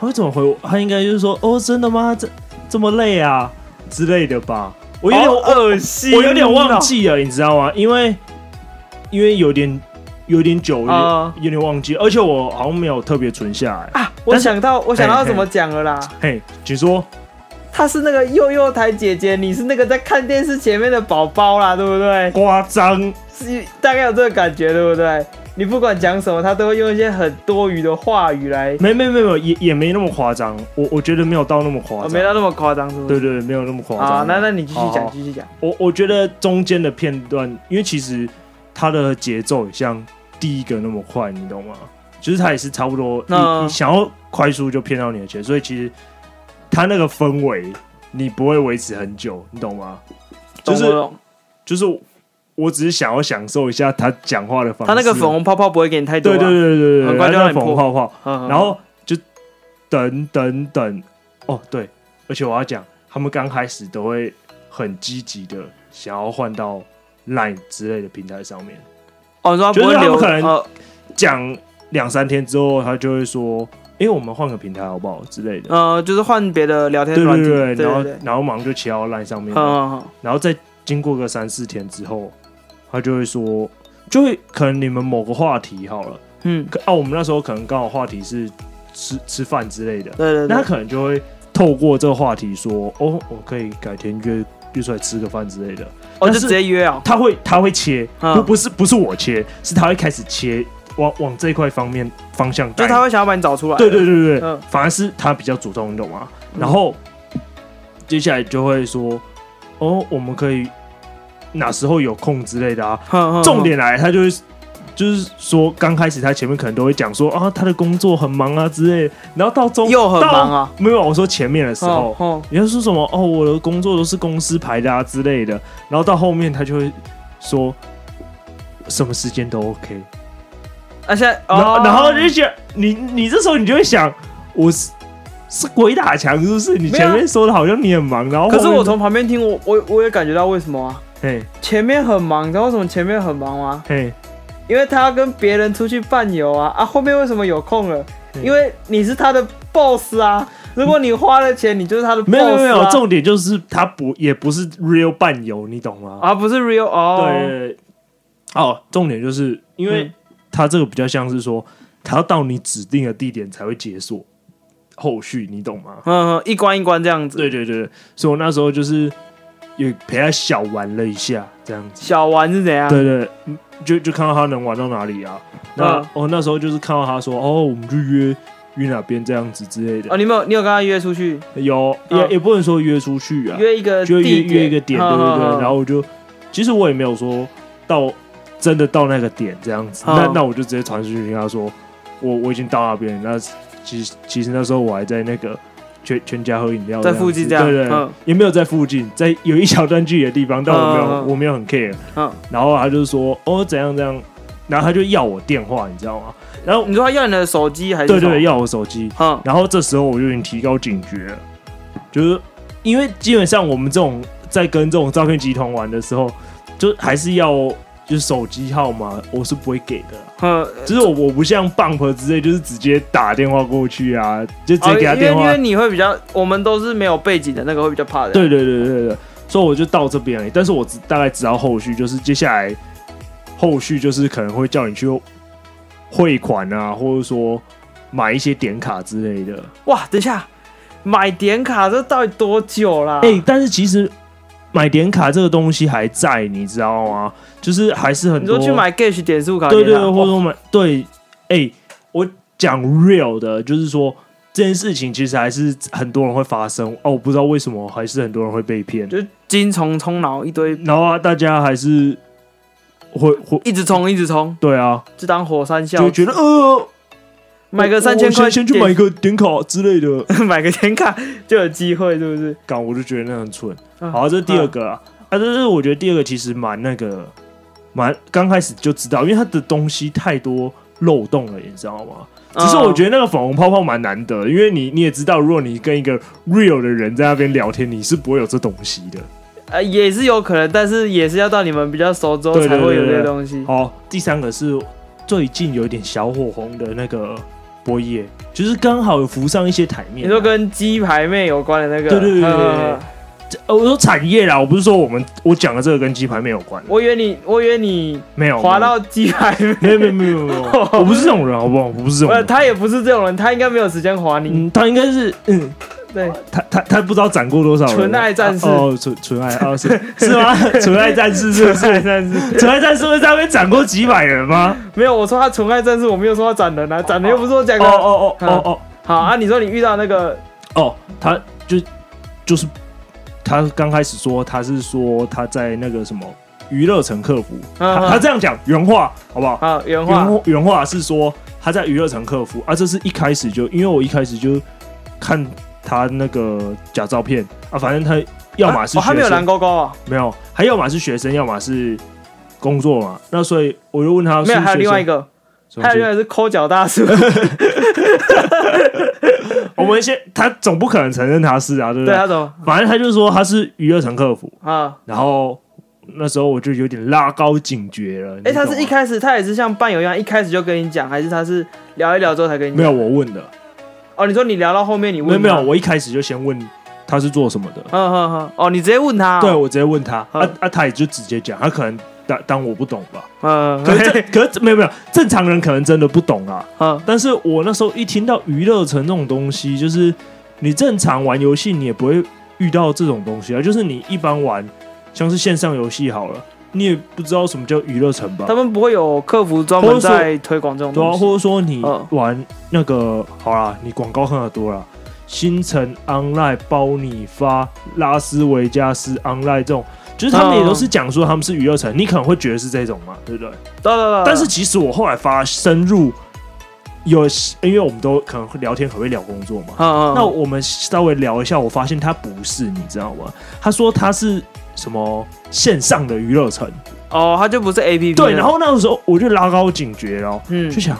Speaker 1: 他会怎么回我？他应该就是说，哦，真的吗？这这么累啊之类的吧。我有点，
Speaker 2: 好恶心
Speaker 1: 啊呃
Speaker 2: 哦，
Speaker 1: 我有点忘记了，你知道吗？因为因为有点有点久，有点、
Speaker 2: 啊
Speaker 1: 有点忘记，而且我好像没有特别存下来。
Speaker 2: 啊！我
Speaker 1: 但是哎
Speaker 2: 想到，我想到
Speaker 1: 嘿嘿
Speaker 2: 怎么讲了啦。
Speaker 1: 嘿，请说。
Speaker 2: 她是那个幼幼台姐姐，你是那个在看电视前面的宝宝啦，对不对？
Speaker 1: 夸张，
Speaker 2: 是大概有这个感觉，对不对？你不管讲什么，她都会用一些很多余的话语来，
Speaker 1: 没没没有，也也没那么夸张。我我觉得没有到那么夸
Speaker 2: 哦，
Speaker 1: 张。
Speaker 2: 没到那么夸张，是不
Speaker 1: 对
Speaker 2: 是？
Speaker 1: 对，对没啊有那么夸张。
Speaker 2: 啊，那那你继续
Speaker 1: 好好
Speaker 2: 讲，继续讲。
Speaker 1: 我我觉得中间的片段，因为其实它的节奏也像第一个那么快，你懂吗？就是它也是差不多，你
Speaker 2: 那
Speaker 1: 你想要快速就骗到你的钱，所以其实它那个氛围你不会维持很久，你懂吗？就
Speaker 2: 懂
Speaker 1: 是
Speaker 2: 我懂。
Speaker 1: 就是我只是想要享受一下他讲话的方式，
Speaker 2: 他那个粉红泡泡不会给你太多、啊，
Speaker 1: 对对对对对
Speaker 2: 很
Speaker 1: 对，
Speaker 2: 快就
Speaker 1: 他那
Speaker 2: 让
Speaker 1: 个
Speaker 2: 你
Speaker 1: 粉红泡
Speaker 2: 破
Speaker 1: 泡，
Speaker 2: 嗯，
Speaker 1: 然后就等等等，哦对，而且我要讲，他们刚开始都会很积极的想要换到 Line 之类的平台上面，
Speaker 2: 哦，你说他不
Speaker 1: 就
Speaker 2: 会
Speaker 1: 是他
Speaker 2: 留，
Speaker 1: 们可能
Speaker 2: 呃
Speaker 1: 讲两三天之后，他就会说，哎，我们换个平台好不好之类的，
Speaker 2: 呃，就是换别的聊天
Speaker 1: 对
Speaker 2: 软
Speaker 1: 对
Speaker 2: 体，
Speaker 1: 对，
Speaker 2: 对
Speaker 1: 然后
Speaker 2: 对，
Speaker 1: 然后马上就切到 Line 上面
Speaker 2: 嗯，嗯
Speaker 1: 然后再经过个三四天之后，他就会说，就会可能你们某个话题好了，
Speaker 2: 嗯，
Speaker 1: 可啊，我们那时候可能刚好话题是吃吃饭之类的，
Speaker 2: 对对
Speaker 1: 那他
Speaker 2: 对，
Speaker 1: 可能就会透过这个话题说，哦，我可以改天约约出来吃个饭之类的，
Speaker 2: 哦，
Speaker 1: 但
Speaker 2: 就是直接约啊，
Speaker 1: 他会他会切，
Speaker 2: 嗯
Speaker 1: 不不是不是我切，是他会开始切，往往这一块方面方向
Speaker 2: 就
Speaker 1: 带，
Speaker 2: 是他会想要把你找出来，
Speaker 1: 哎对对对对对，
Speaker 2: 嗯
Speaker 1: 反而是他比较主动，你懂吗？
Speaker 2: 嗯
Speaker 1: 然后接下来就会说，哦，我们可以哪时候有空之类的啊。
Speaker 2: 嗯，嗯
Speaker 1: 重，点来，他就会就是说，刚开始他前面可能都会讲说啊，他的工作很忙啊之类的，然后到中
Speaker 2: 嗯又很忙啊，
Speaker 1: 没有，我说前面的时候
Speaker 2: 哦，哦，
Speaker 1: 你要说什么哦，我的工作都是公司排的啊之类的，然后到后面他就会说什么时间都 OK，
Speaker 2: 而且，
Speaker 1: 然后、
Speaker 2: 哦
Speaker 1: 然后就觉得你你这时候你就会想，我是是鬼打墙是不是？你
Speaker 2: 没有啊
Speaker 1: 前面说的好像你很忙，然后
Speaker 2: 可是
Speaker 1: 后面
Speaker 2: 我从旁边听，我我我也感觉到为什么啊？
Speaker 1: 嘿
Speaker 2: 前面很忙，你知道为什么前面很忙吗？
Speaker 1: 嘿
Speaker 2: 因为他要跟别人出去伴游啊啊！后面为什么有空了？
Speaker 1: 嗯
Speaker 2: 因为你是他的 boss 啊！如果你花了钱，你就是他的 boss、啊。
Speaker 1: 没有没有没有，重点就是他不也不是 real 伴游，你懂吗？
Speaker 2: 啊，不是 real 哦。
Speaker 1: 对，哦，重点就是因为
Speaker 2: 嗯
Speaker 1: 它这个比较像是说，它要到你指定的地点才会解锁后续，你懂吗？
Speaker 2: 嗯，嗯一关一关这样子。
Speaker 1: 对对对，对所以我那时候就是也陪他小玩了一下，这样子。
Speaker 2: 小玩是怎样？
Speaker 1: 对对，嗯就就看到他能玩到哪里啊？那
Speaker 2: 嗯
Speaker 1: 我、哦、那时候就是看到他说，哦，我们就约约哪边这样子之类
Speaker 2: 哦，
Speaker 1: 的，
Speaker 2: 你没有，你有跟他约出去，
Speaker 1: 有
Speaker 2: 嗯
Speaker 1: 也也不能说约出去啊，
Speaker 2: 约一个
Speaker 1: 就约
Speaker 2: 地点
Speaker 1: 约一个点，对对对。
Speaker 2: 嗯嗯嗯
Speaker 1: 然后我就，其实我也没有说到真的到那个点这样子，
Speaker 2: 嗯
Speaker 1: 那那我就直接传出去跟他说，我我已经到那边。那其实其实那时候我还在那个全全家喝饮料这
Speaker 2: 在
Speaker 1: 样子，
Speaker 2: 附近这样。
Speaker 1: 对对对
Speaker 2: 嗯
Speaker 1: 也没有在附近，在有一小段距离的地方，但我没有、
Speaker 2: 嗯嗯嗯
Speaker 1: 我没有很 care。
Speaker 2: 嗯，
Speaker 1: 然后他就说哦怎样怎样，然后他就要我电话，你知道吗？然后
Speaker 2: 你说他要你的手机嗯还是？
Speaker 1: 对对对，。要我手机，
Speaker 2: 嗯
Speaker 1: 然后这时候我就已经提高警觉了，就是因为基本上我们这种在跟这种诈骗集团玩的时候，就还是要就是手机号码我是不会给的啦，啊
Speaker 2: 嗯，
Speaker 1: 就是我我不像 Bump 之类，就是直接打电话过去啊，就直接给他
Speaker 2: 哦因为
Speaker 1: 电
Speaker 2: 因
Speaker 1: 话。
Speaker 2: 为你会比较，我们都是没有背景的那个会比较怕的。
Speaker 1: 对对对对对，所以我就到这边而已。但是我只大概知道后续，就是接下来后续就是可能会叫你去汇款啊，或者说买一些点卡之类的。
Speaker 2: 哇，等一下，买点卡这到底多久啦？
Speaker 1: 哎、但是其实买点卡这个东西还在，你知道吗？就是还是很
Speaker 2: 你
Speaker 1: 多。
Speaker 2: 说去买 Gage 点数卡哦给他？
Speaker 1: 对对对，或者说买对。哎、我讲 real 的，就是说这件事情其实还是很多人会发生哦，我不知道为什么还是很多人会被骗，
Speaker 2: 就精虫充脑一堆，
Speaker 1: 然后、啊、大家还是会会
Speaker 2: 一直充一直充，
Speaker 1: 对啊，
Speaker 2: 就当火山
Speaker 1: 就
Speaker 2: 笑
Speaker 1: 会。觉得呃。
Speaker 2: 买个
Speaker 1: 我
Speaker 2: 三千
Speaker 1: 我
Speaker 2: 块，
Speaker 1: 先先去买一个点卡之类的，
Speaker 2: 买买个点 卡就有机会，是不是？
Speaker 1: 干我就觉得那很蠢。
Speaker 2: 嗯
Speaker 1: 好，这是第二个啊，啊，但是我觉得第二个其实蛮那个，蛮刚开始就知道，因为它的东西太多漏洞了，你知道吗？只是我觉
Speaker 2: 得
Speaker 1: 得那个粉红泡泡蛮难得的，因为你你也知道，如果你跟一个 real 的人在那边聊天，你是不会有这东西的。
Speaker 2: 呃也是有可能，但是也是要到你们比较熟之后
Speaker 1: 对对
Speaker 2: 才会有
Speaker 1: 对
Speaker 2: 这
Speaker 1: 对
Speaker 2: 些东西。
Speaker 1: 好，第三个是最近有一点小火红的那个波叶，就是刚好有浮上一些台面啊、
Speaker 2: 你说跟鸡排妹有关的那个，
Speaker 1: 对对对对对
Speaker 2: 呃
Speaker 1: 呃，我说产业啦，我不是说我们我讲的这个跟鸡排没有关，
Speaker 2: 我以为你，我以为你
Speaker 1: 没有
Speaker 2: 滑到鸡排妹，
Speaker 1: 没有没有没有没有， 没有我不是这种人，好不好？我不是这种
Speaker 2: 呃，
Speaker 1: 人。
Speaker 2: 他也不是这种人，他应该没有时间滑你。
Speaker 1: 嗯，他应该是嗯，
Speaker 2: 对，
Speaker 1: 他他他不知道斩过多少人
Speaker 2: 纯爱战士
Speaker 1: 啊哦，纯纯爱啊是是吗？ 纯爱战士是不是？
Speaker 2: 但是
Speaker 1: 纯爱战士会在那边斩过几百人吗？
Speaker 2: 没有，我说他纯爱战士，我没有说他斩人啊，斩人又不是我讲
Speaker 1: 哦
Speaker 2: 的。
Speaker 1: 哦哦哦哦
Speaker 2: 好啊，你说你遇到那个
Speaker 1: 哦，他就就是他刚开始说他是说他在那个什么娱乐城客服，
Speaker 2: 嗯
Speaker 1: 他
Speaker 2: 嗯
Speaker 1: 他这样讲原话好不好？
Speaker 2: 啊，原话
Speaker 1: 原原话是说他在娱乐城客服啊，这是一开始就因为我一开始就看他那个假照片啊，反正他要么是
Speaker 2: 啊哦他没有
Speaker 1: 学生
Speaker 2: 蓝勾勾啊，
Speaker 1: 没有，还要么是学生，要么是工作嘛。那所以我就问哦他是不是学生，
Speaker 2: 没有，还有另外一个，
Speaker 1: 什么
Speaker 2: 还有
Speaker 1: 东西
Speaker 2: 另外一个是抠脚大 叔，
Speaker 1: 哦我们先他总不可能承认他是啊，对不
Speaker 2: 对
Speaker 1: 对？
Speaker 2: 他怎么
Speaker 1: 反正他就说他是娱乐城客服，
Speaker 2: 啊？
Speaker 1: 然后那时候我就有点拉高警觉了。你
Speaker 2: 哎，
Speaker 1: 懂啊
Speaker 2: 他
Speaker 1: 吗
Speaker 2: 是一开始他也是像伴游一样，一开始就跟你讲，还是他是聊一聊之后才跟你
Speaker 1: 没
Speaker 2: 讲？
Speaker 1: 有我问的，
Speaker 2: 哦，你说你聊到后面你
Speaker 1: 没有
Speaker 2: 问
Speaker 1: 没有，
Speaker 2: 他，
Speaker 1: 我一开始就先问他是做什么的，
Speaker 2: 嗯嗯嗯，哦，你直接问他，
Speaker 1: 对，我直接问他，
Speaker 2: 嗯
Speaker 1: 啊啊，他也就直接讲，他可能当当我不懂 吧。
Speaker 2: 嗯，
Speaker 1: 可是这可是没有没有，正常人可能真的不懂啊。
Speaker 2: 嗯
Speaker 1: 但是我那时候一听到娱乐城这种东西，就是你正常玩游戏，你也不会遇到这种东西啊。就是你一般玩，像是线上游戏好了，你也不知道什么叫娱乐城吧
Speaker 2: 他？们不会有客服专门在推广这种
Speaker 1: 对啊，
Speaker 2: 东
Speaker 1: 或
Speaker 2: 西
Speaker 1: 者说你
Speaker 2: 嗯
Speaker 1: 玩那个、好啦，你广告看得多啦，新城 online 包你发拉斯维加斯 online 这种，就是他们也都是讲说他们是娱乐城，你可能会觉得是这种嘛，对不对？
Speaker 2: 对，对对对，
Speaker 1: 但是其实我后来发深入有，因为我们都可能会聊天，很会聊工作嘛。
Speaker 2: 嗯嗯，
Speaker 1: 那我们稍微聊一下，我发现他不是，你知道吗？他说他是什么线上的娱乐城，
Speaker 2: 哦，他就不是 A P P，
Speaker 1: 对。然后那个时候我就拉高警觉了哦，
Speaker 2: 嗯
Speaker 1: 就想，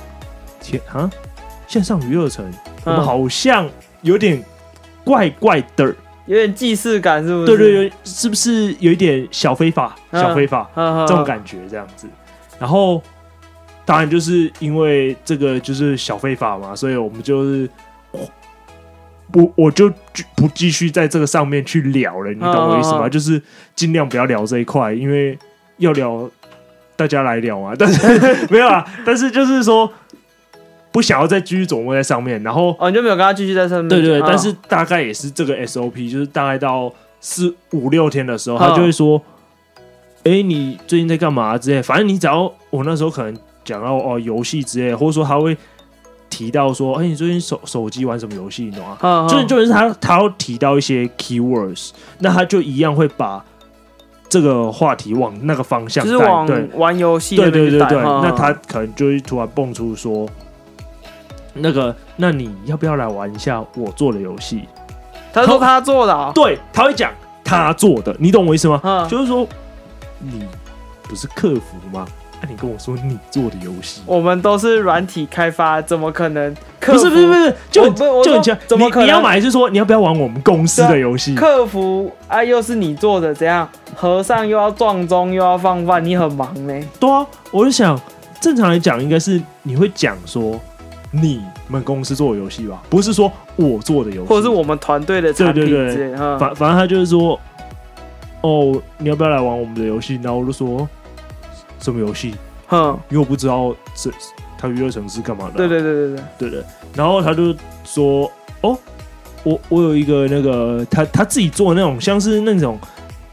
Speaker 1: 天啊，线上娱乐城，我
Speaker 2: 嗯
Speaker 1: 们好像有点怪怪的，
Speaker 2: 有点既视感，是不是？
Speaker 1: 对对对，是不是有一点小非法？
Speaker 2: 嗯
Speaker 1: 小非法，
Speaker 2: 嗯，嗯
Speaker 1: 这种感觉这样子。然后当然就是因为这个就是小非法嘛，所以我们就是不我就就不继续在这个上面去聊了，你懂我意思
Speaker 2: 嗯嗯
Speaker 1: 吗？
Speaker 2: 嗯
Speaker 1: 就是尽量不要聊这一块，因为要聊大家来聊啊，但是 没有啊，但是就是说不想要再继续琢磨在上面，然后。
Speaker 2: 哦，你就没有跟他继续在上面。
Speaker 1: 对对，
Speaker 2: 嗯
Speaker 1: 但是大概也是这个 SOP，就是大概到四五六天的时候，
Speaker 2: 嗯
Speaker 1: 他就会说：“哎、你最近在干嘛？”啊之类，反正你只要我那时候可能讲到哦游戏之类，或者说他会提到说：“哎、你最近手手机玩什么游戏？”你懂吗？
Speaker 2: 嗯，嗯
Speaker 1: 就是就是他他要提到一些 keywords，那他就一样会把这个话题往那个方向
Speaker 2: 就
Speaker 1: 带，
Speaker 2: 是
Speaker 1: 对
Speaker 2: 往玩游戏
Speaker 1: 对
Speaker 2: 那边
Speaker 1: 对
Speaker 2: 去
Speaker 1: 对
Speaker 2: 带
Speaker 1: 对，
Speaker 2: 嗯
Speaker 1: 那
Speaker 2: 嗯
Speaker 1: 他可能就会突然蹦出说，那个，那你要不要来玩一下我做的游戏？
Speaker 2: 他说他做的啊，
Speaker 1: 对，他会讲他做的，你懂我意思吗？
Speaker 2: 嗯
Speaker 1: 就是说，你不是客服吗？那、你跟我说你做的游戏，
Speaker 2: 我们都是软体开发，怎么可能哦客
Speaker 1: 不
Speaker 2: 服？
Speaker 1: 是不是不是，就很
Speaker 2: 不是我
Speaker 1: 就很
Speaker 2: 说
Speaker 1: 像，
Speaker 2: 怎么
Speaker 1: 你
Speaker 2: 可能
Speaker 1: 你要买是说你要不要玩我们公司的
Speaker 2: 对啊
Speaker 1: 游戏？
Speaker 2: 客服啊，又是你做的，怎样？和尚又要撞钟，又要放饭，你很忙呢。
Speaker 1: 对啊，我就想，正常来讲应该是你会讲说你们公司做的游戏吧，不是说我做的游戏，
Speaker 2: 或者是我们团队的产品
Speaker 1: 对对对
Speaker 2: 之类，嗯，
Speaker 1: 反反正他就是说，哦，你要不要来玩我们的游戏？然后我就说什么游戏？
Speaker 2: 哼，
Speaker 1: 因为我不知道这他娱乐城是干嘛的啊、
Speaker 2: 嗯对对对对对，
Speaker 1: 对对。然后他就说，哦，我我有一个那个他他自己做的那种，像是那种。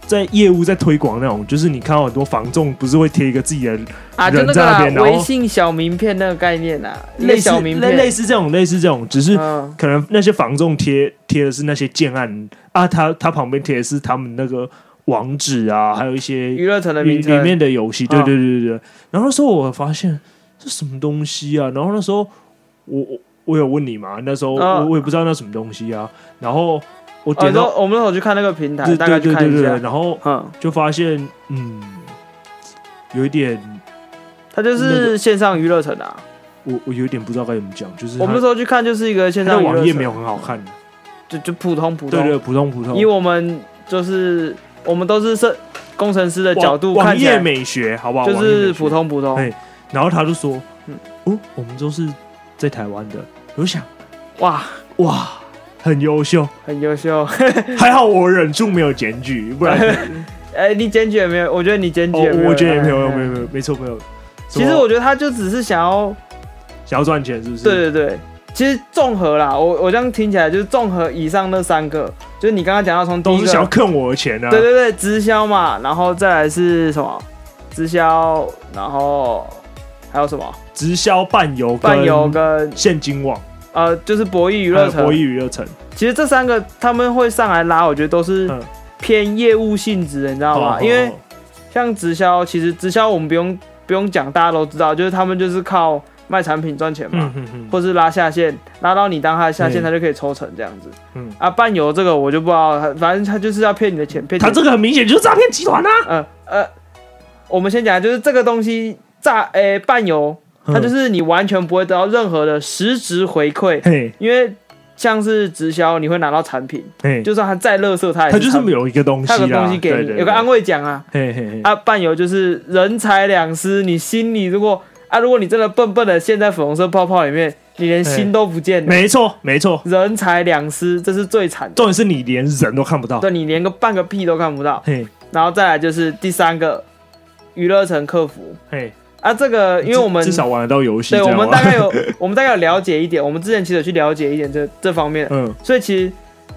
Speaker 1: 在业务在推广那种，就是你看到很多房仲不是会贴一个自己的
Speaker 2: 啊，就
Speaker 1: 人
Speaker 2: 那
Speaker 1: 在
Speaker 2: 个
Speaker 1: 那
Speaker 2: 啦
Speaker 1: 边然后
Speaker 2: 微信小名片那个概念啊，一个
Speaker 1: 类似
Speaker 2: 小名
Speaker 1: 类类
Speaker 2: 片，
Speaker 1: 似这种类似这种，只是
Speaker 2: 嗯，
Speaker 1: 可能那些房仲贴贴的是那些建案啊，他他旁边贴的是他们那个网址啊，还有一些
Speaker 2: 娱乐城的
Speaker 1: 里
Speaker 2: 名称
Speaker 1: 里面的游戏，对
Speaker 2: 嗯
Speaker 1: 对对对对。然后那时候我发现这什么东西啊，然后那时候我我我有问你嘛，那时候
Speaker 2: 嗯
Speaker 1: 我我也不知道那什么东西啊，然后我
Speaker 2: 哦，
Speaker 1: 点
Speaker 2: 你说
Speaker 1: 到
Speaker 2: 我们那时候去看那个平台，
Speaker 1: 对
Speaker 2: 大
Speaker 1: 对
Speaker 2: 概去
Speaker 1: 对
Speaker 2: 看
Speaker 1: 对
Speaker 2: 一
Speaker 1: 对，
Speaker 2: 下
Speaker 1: 对，然后
Speaker 2: 嗯，
Speaker 1: 就发现嗯，有一点
Speaker 2: 它就
Speaker 1: 那
Speaker 2: 是线上娱乐城啊。
Speaker 1: 我我有一点不知道该怎么讲，就是
Speaker 2: 我们那
Speaker 1: 它
Speaker 2: 时候去看就是一个线
Speaker 1: 它的
Speaker 2: 上娱乐
Speaker 1: 网
Speaker 2: 城
Speaker 1: 页没有很好看，
Speaker 2: 就就普通普
Speaker 1: 对
Speaker 2: 通，
Speaker 1: 对，普通普通
Speaker 2: 以。我们就是我们都是设工程师的角度
Speaker 1: 网
Speaker 2: 看
Speaker 1: 网
Speaker 2: 起
Speaker 1: 页
Speaker 2: 来，
Speaker 1: 美学，好不好？
Speaker 2: 就
Speaker 1: 网页美
Speaker 2: 是
Speaker 1: 学
Speaker 2: 普。通普通，
Speaker 1: 哎然后他就说：“
Speaker 2: 嗯
Speaker 1: 哦，我们都是在台湾的。”我就想，
Speaker 2: 哇，
Speaker 1: 哇，很优秀，
Speaker 2: 很优秀。
Speaker 1: 还好我忍住没有检举，不然
Speaker 2: 哎，你检举也没有？我觉得你检举
Speaker 1: 哦
Speaker 2: 也没有，，
Speaker 1: 我觉得也没有，
Speaker 2: 哎
Speaker 1: 没有，。没有，没错，没有。
Speaker 2: 其实
Speaker 1: 什么
Speaker 2: 我觉得他就只是想要，
Speaker 1: 想要赚钱，是不是？
Speaker 2: 对对对。其实综合啦，我我这样听起来就是综合以上那三个，就是你刚刚讲到从第
Speaker 1: 都
Speaker 2: 一
Speaker 1: 是
Speaker 2: 个，
Speaker 1: 想要坑我的钱啊。
Speaker 2: 对对对，直销嘛，然后再来是什么？直销，然后还有什么？
Speaker 1: 直销伴游、
Speaker 2: 伴游跟
Speaker 1: 现金网、
Speaker 2: 呃，就是博弈娱
Speaker 1: 娱
Speaker 2: 乐城
Speaker 1: 博弈。娱乐城，
Speaker 2: 其实这三个他们会上来拉，我觉得都是
Speaker 1: 嗯
Speaker 2: 偏业务性质的，你知道吗？
Speaker 1: 哦
Speaker 2: 啊因为
Speaker 1: 哦
Speaker 2: 像直销，其实直销我们不用不用讲，大家都知道，就是他们就是靠卖产品赚钱嘛。
Speaker 1: 嗯嗯
Speaker 2: 或是拉下线，拉到你当他的下线，
Speaker 1: 嗯
Speaker 2: 他就可以抽成这样子。
Speaker 1: 嗯
Speaker 2: 啊，伴游这个我就不知道，他反正他就是要骗你的钱，
Speaker 1: 嗯，
Speaker 2: 骗你
Speaker 1: 他
Speaker 2: 的
Speaker 1: 这个很明显就是诈骗集团啊，
Speaker 2: 呃呃，我们先讲，就是这个东西诈诶、伴游，
Speaker 1: 嗯
Speaker 2: 它就是是你完全不会得到任何的实质回馈，
Speaker 1: 嘿
Speaker 2: 因为像是直销，你会拿到产品，
Speaker 1: 嘿，
Speaker 2: 就算它再垃圾，它也
Speaker 1: 他就是
Speaker 2: 产品
Speaker 1: 有一个东西
Speaker 2: 它
Speaker 1: 啦，
Speaker 2: 有个东西给
Speaker 1: 对
Speaker 2: 你，有个安，慰奖啊。
Speaker 1: 对对嘿嘿嘿，
Speaker 2: 啊，伴游就是人财两失，你心里如果啊，如果你真的笨笨的陷在粉红色泡泡里面，你连心都不见了，
Speaker 1: 没错没错，
Speaker 2: 人财两失，这是最惨的。
Speaker 1: 重点是你连人都看不到，
Speaker 2: 对你连个半个屁都看不到，
Speaker 1: 嘿
Speaker 2: 然后再来就是第三个，娱乐城客服
Speaker 1: 嘿，
Speaker 2: 啊，这个因为我们
Speaker 1: 至至少玩得到游戏，
Speaker 2: 对
Speaker 1: 这
Speaker 2: 我
Speaker 1: 样啊
Speaker 2: 们
Speaker 1: 吗
Speaker 2: 大概有我们大概有了解一点，我们之前其实有去了解一点这这方面的，
Speaker 1: 嗯
Speaker 2: 所以其实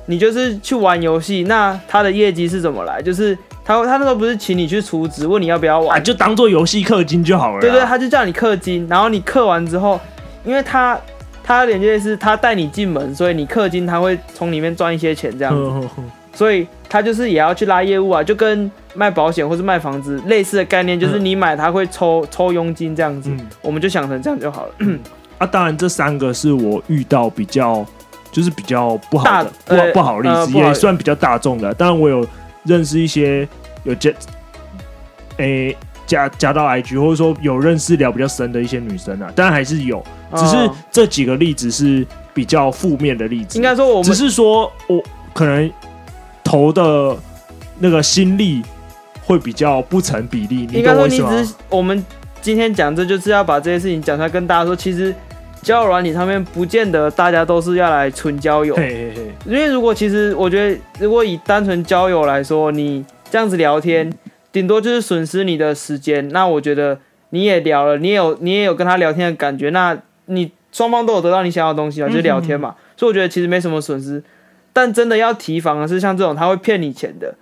Speaker 2: 你就是去玩游戏，那他的业绩是怎么来？就是他他那时候不是请你去储值，问你要不要玩
Speaker 1: 啊，，就当做游戏氪金就好了啦，
Speaker 2: 对对，他就叫你氪金，然后你氪完之后，因为他他连接是他带你进门，所以你氪金他会从里面赚一些钱这样子，
Speaker 1: 嗯，嗯嗯
Speaker 2: 所以他就是也要去拉业务啊，就跟卖保险或是卖房子类似的概念，就是
Speaker 1: 嗯
Speaker 2: 你买他会抽抽佣金这样子，
Speaker 1: 嗯
Speaker 2: 我们就想成这样就好了。
Speaker 1: 啊，当然这三个是我遇到比较就是比较不好
Speaker 2: 大
Speaker 1: 的不好
Speaker 2: 呃
Speaker 1: 不好的
Speaker 2: 呃
Speaker 1: 例子，
Speaker 2: 不好
Speaker 1: 也算比较大众的。啊当然我有认识一些有加诶加加到 IG，或者说有认识聊比较深的一些女生啊，当然还是有，只是
Speaker 2: 嗯
Speaker 1: 这几个例子是比较负面的例子，
Speaker 2: 应该说我
Speaker 1: 只
Speaker 2: 们
Speaker 1: 是说我可能投的那个心力会比较不成比例，
Speaker 2: 应
Speaker 1: 你
Speaker 2: 该
Speaker 1: 懂
Speaker 2: 说
Speaker 1: 我意
Speaker 2: 你
Speaker 1: 思吗？
Speaker 2: 只是我们今天讲这就是要把这些事情讲出来跟大家说，其实交友软体上面不见得大家都是要来纯交友。
Speaker 1: 嘿嘿嘿，
Speaker 2: 因为如果其实我觉得，如果以单纯交友来说，你这样子聊天，顶多就是损失你的时间。那我觉得你也聊了，你也有你也有跟他聊天的感觉，那你双方都有得到你想要的东
Speaker 1: 嗯
Speaker 2: 西啊，就是聊天嘛。所以我觉得其实没什么损失。但真的要提防的是，像这种他会骗你钱的，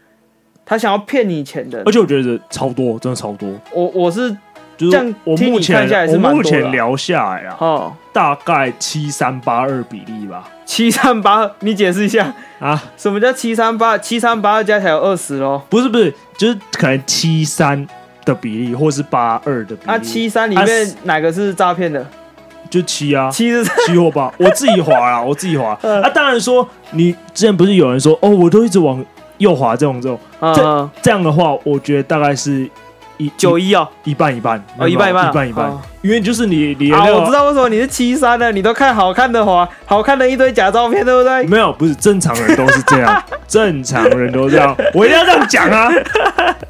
Speaker 2: 他想要骗你钱的
Speaker 1: 而。且我觉得超多，真的超多。
Speaker 2: 我我是
Speaker 1: 就
Speaker 2: 这
Speaker 1: 是
Speaker 2: 样
Speaker 1: 我
Speaker 2: 听
Speaker 1: 目
Speaker 2: 你看下来
Speaker 1: 前
Speaker 2: 是
Speaker 1: 我
Speaker 2: 蛮
Speaker 1: 目
Speaker 2: 多的啊
Speaker 1: 前聊下来啊，
Speaker 2: 哦
Speaker 1: 大概七三八二比例吧。
Speaker 2: 七三八，你解释一下
Speaker 1: 啊，
Speaker 2: 什么叫七三八？七三八加起来有二十喽。
Speaker 1: 不是不是，就是可能七三的比例，或是八二的比例。
Speaker 2: 那七三里
Speaker 1: 啊
Speaker 2: 面
Speaker 1: 是
Speaker 2: 哪个是诈骗的？
Speaker 1: 就七啊，
Speaker 2: 七是
Speaker 1: 七或八，我自己滑 啦，我自己滑。
Speaker 2: 嗯
Speaker 1: 啊，当然说你之前不是有人说哦，我都一直往右滑这种这种
Speaker 2: 嗯，
Speaker 1: 这样的话，我觉得大概是一
Speaker 2: 九一哦，
Speaker 1: 一半一半
Speaker 2: 哦一半一半啊
Speaker 1: 一半一半
Speaker 2: 哦，
Speaker 1: 因为就是你你的
Speaker 2: 啊，
Speaker 1: 那
Speaker 2: 我
Speaker 1: 个
Speaker 2: 知道为什么你是七三了，你都看好看的话，好看的一堆假照片，对不对？
Speaker 1: 没有，不是正常人都是这 样，正常人都这样，我一定要这样讲啊！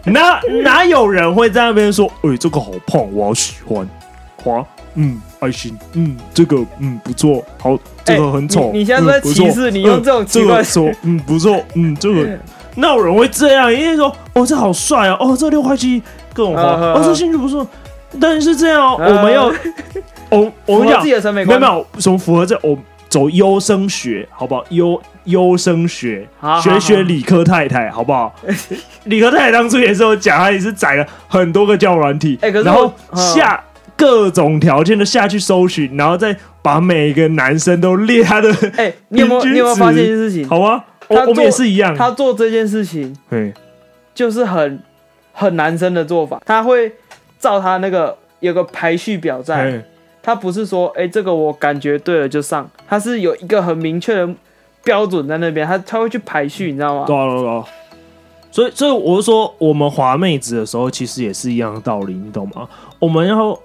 Speaker 1: 哪哪有人会在那边说，哎、这个好胖，我好喜欢，滑，嗯，爱心，嗯，这个嗯不错，好，这个很丑、
Speaker 2: 哎你你现在是在
Speaker 1: 嗯不错
Speaker 2: 歧视你用这种
Speaker 1: 嗯
Speaker 2: 奇怪
Speaker 1: 这个 说，嗯不错，嗯这个，那有人会这样，因为说，哦这好帅哦，哦这六块七各种花，
Speaker 2: 嗯嗯
Speaker 1: 哦这兴趣不错，但是这样哦，
Speaker 2: 嗯
Speaker 1: 我们要， 我我
Speaker 2: 符
Speaker 1: 们
Speaker 2: 合
Speaker 1: 讲
Speaker 2: 自己的审美
Speaker 1: 没有
Speaker 2: 观，
Speaker 1: 没有什么符合这我走优生学，好不好？优优生学，
Speaker 2: 好好
Speaker 1: 学学理科太太，好不好？理科太太当初也是有讲，她也是载了很多个教软体，
Speaker 2: 哎可是
Speaker 1: 然后
Speaker 2: 我
Speaker 1: 下各种条件的下去搜寻，然后再把每个男生都列他的，
Speaker 2: 哎、你有没有
Speaker 1: 平均值
Speaker 2: 你有没有发现一件事情？
Speaker 1: 好吗？我
Speaker 2: 他做
Speaker 1: 我们也是一样，
Speaker 2: 他做这件事情
Speaker 1: 对，
Speaker 2: 就是很很男生的做法，他会照他那个有个排序表在，
Speaker 1: 哎
Speaker 2: 他不是说哎、这个我感觉对了就上，他是有一个很明确的标准在那边，他他会去排序，你知道吗？
Speaker 1: 对啊对啊对啊。所以，所以我就说，我们滑妹子的时候，其实也是一样的道理，你懂吗？我们要，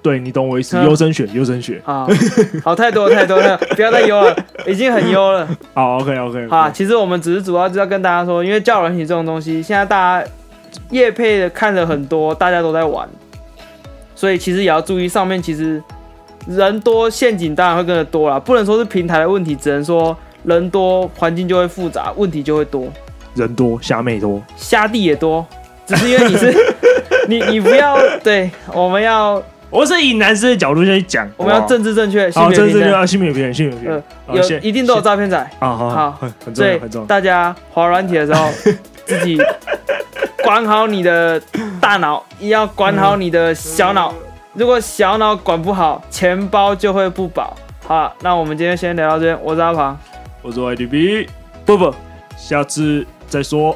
Speaker 1: 对你懂我意思，
Speaker 2: 嗯
Speaker 1: 优生学，优生学，
Speaker 2: 啊，好太多了太多了，不要再优了，已经很优了。
Speaker 1: 好，OK OK，
Speaker 2: 好啦，啊其实我们只是主要就是要跟大家说，因为教软体这种东西，现在大家业配的看的很多，大家都在玩，所以其实也要注意上面其实人多陷阱当然会跟着多啦，不能说是平台的问题，只能说人多环境就会复杂，问题就会多，
Speaker 1: 人多虾妹多，
Speaker 2: 虾弟 也多，只是因为你是你你不要对，我们要
Speaker 1: 我是以男生的角度先讲，
Speaker 2: 我们要
Speaker 1: 正，啊
Speaker 2: 政治正确，性
Speaker 1: 好，
Speaker 2: 别
Speaker 1: 政
Speaker 2: 平
Speaker 1: 治
Speaker 2: 等，
Speaker 1: 要性别平等，性别平等，好
Speaker 2: 嗯有
Speaker 1: 谢
Speaker 2: 一定都有诈骗仔。
Speaker 1: 啊，好好，
Speaker 2: 好
Speaker 1: 很重
Speaker 2: 所以
Speaker 1: 要，很重要，
Speaker 2: 大家滑软体 的时候，自己管好你的大脑，也要管好你的
Speaker 1: 嗯
Speaker 2: 小脑。如果小脑管不好，钱包就会不保。好了，那我们今天先聊到这边。我是阿庞，
Speaker 1: 我是 IDB，
Speaker 2: 不不。
Speaker 1: 下次再说，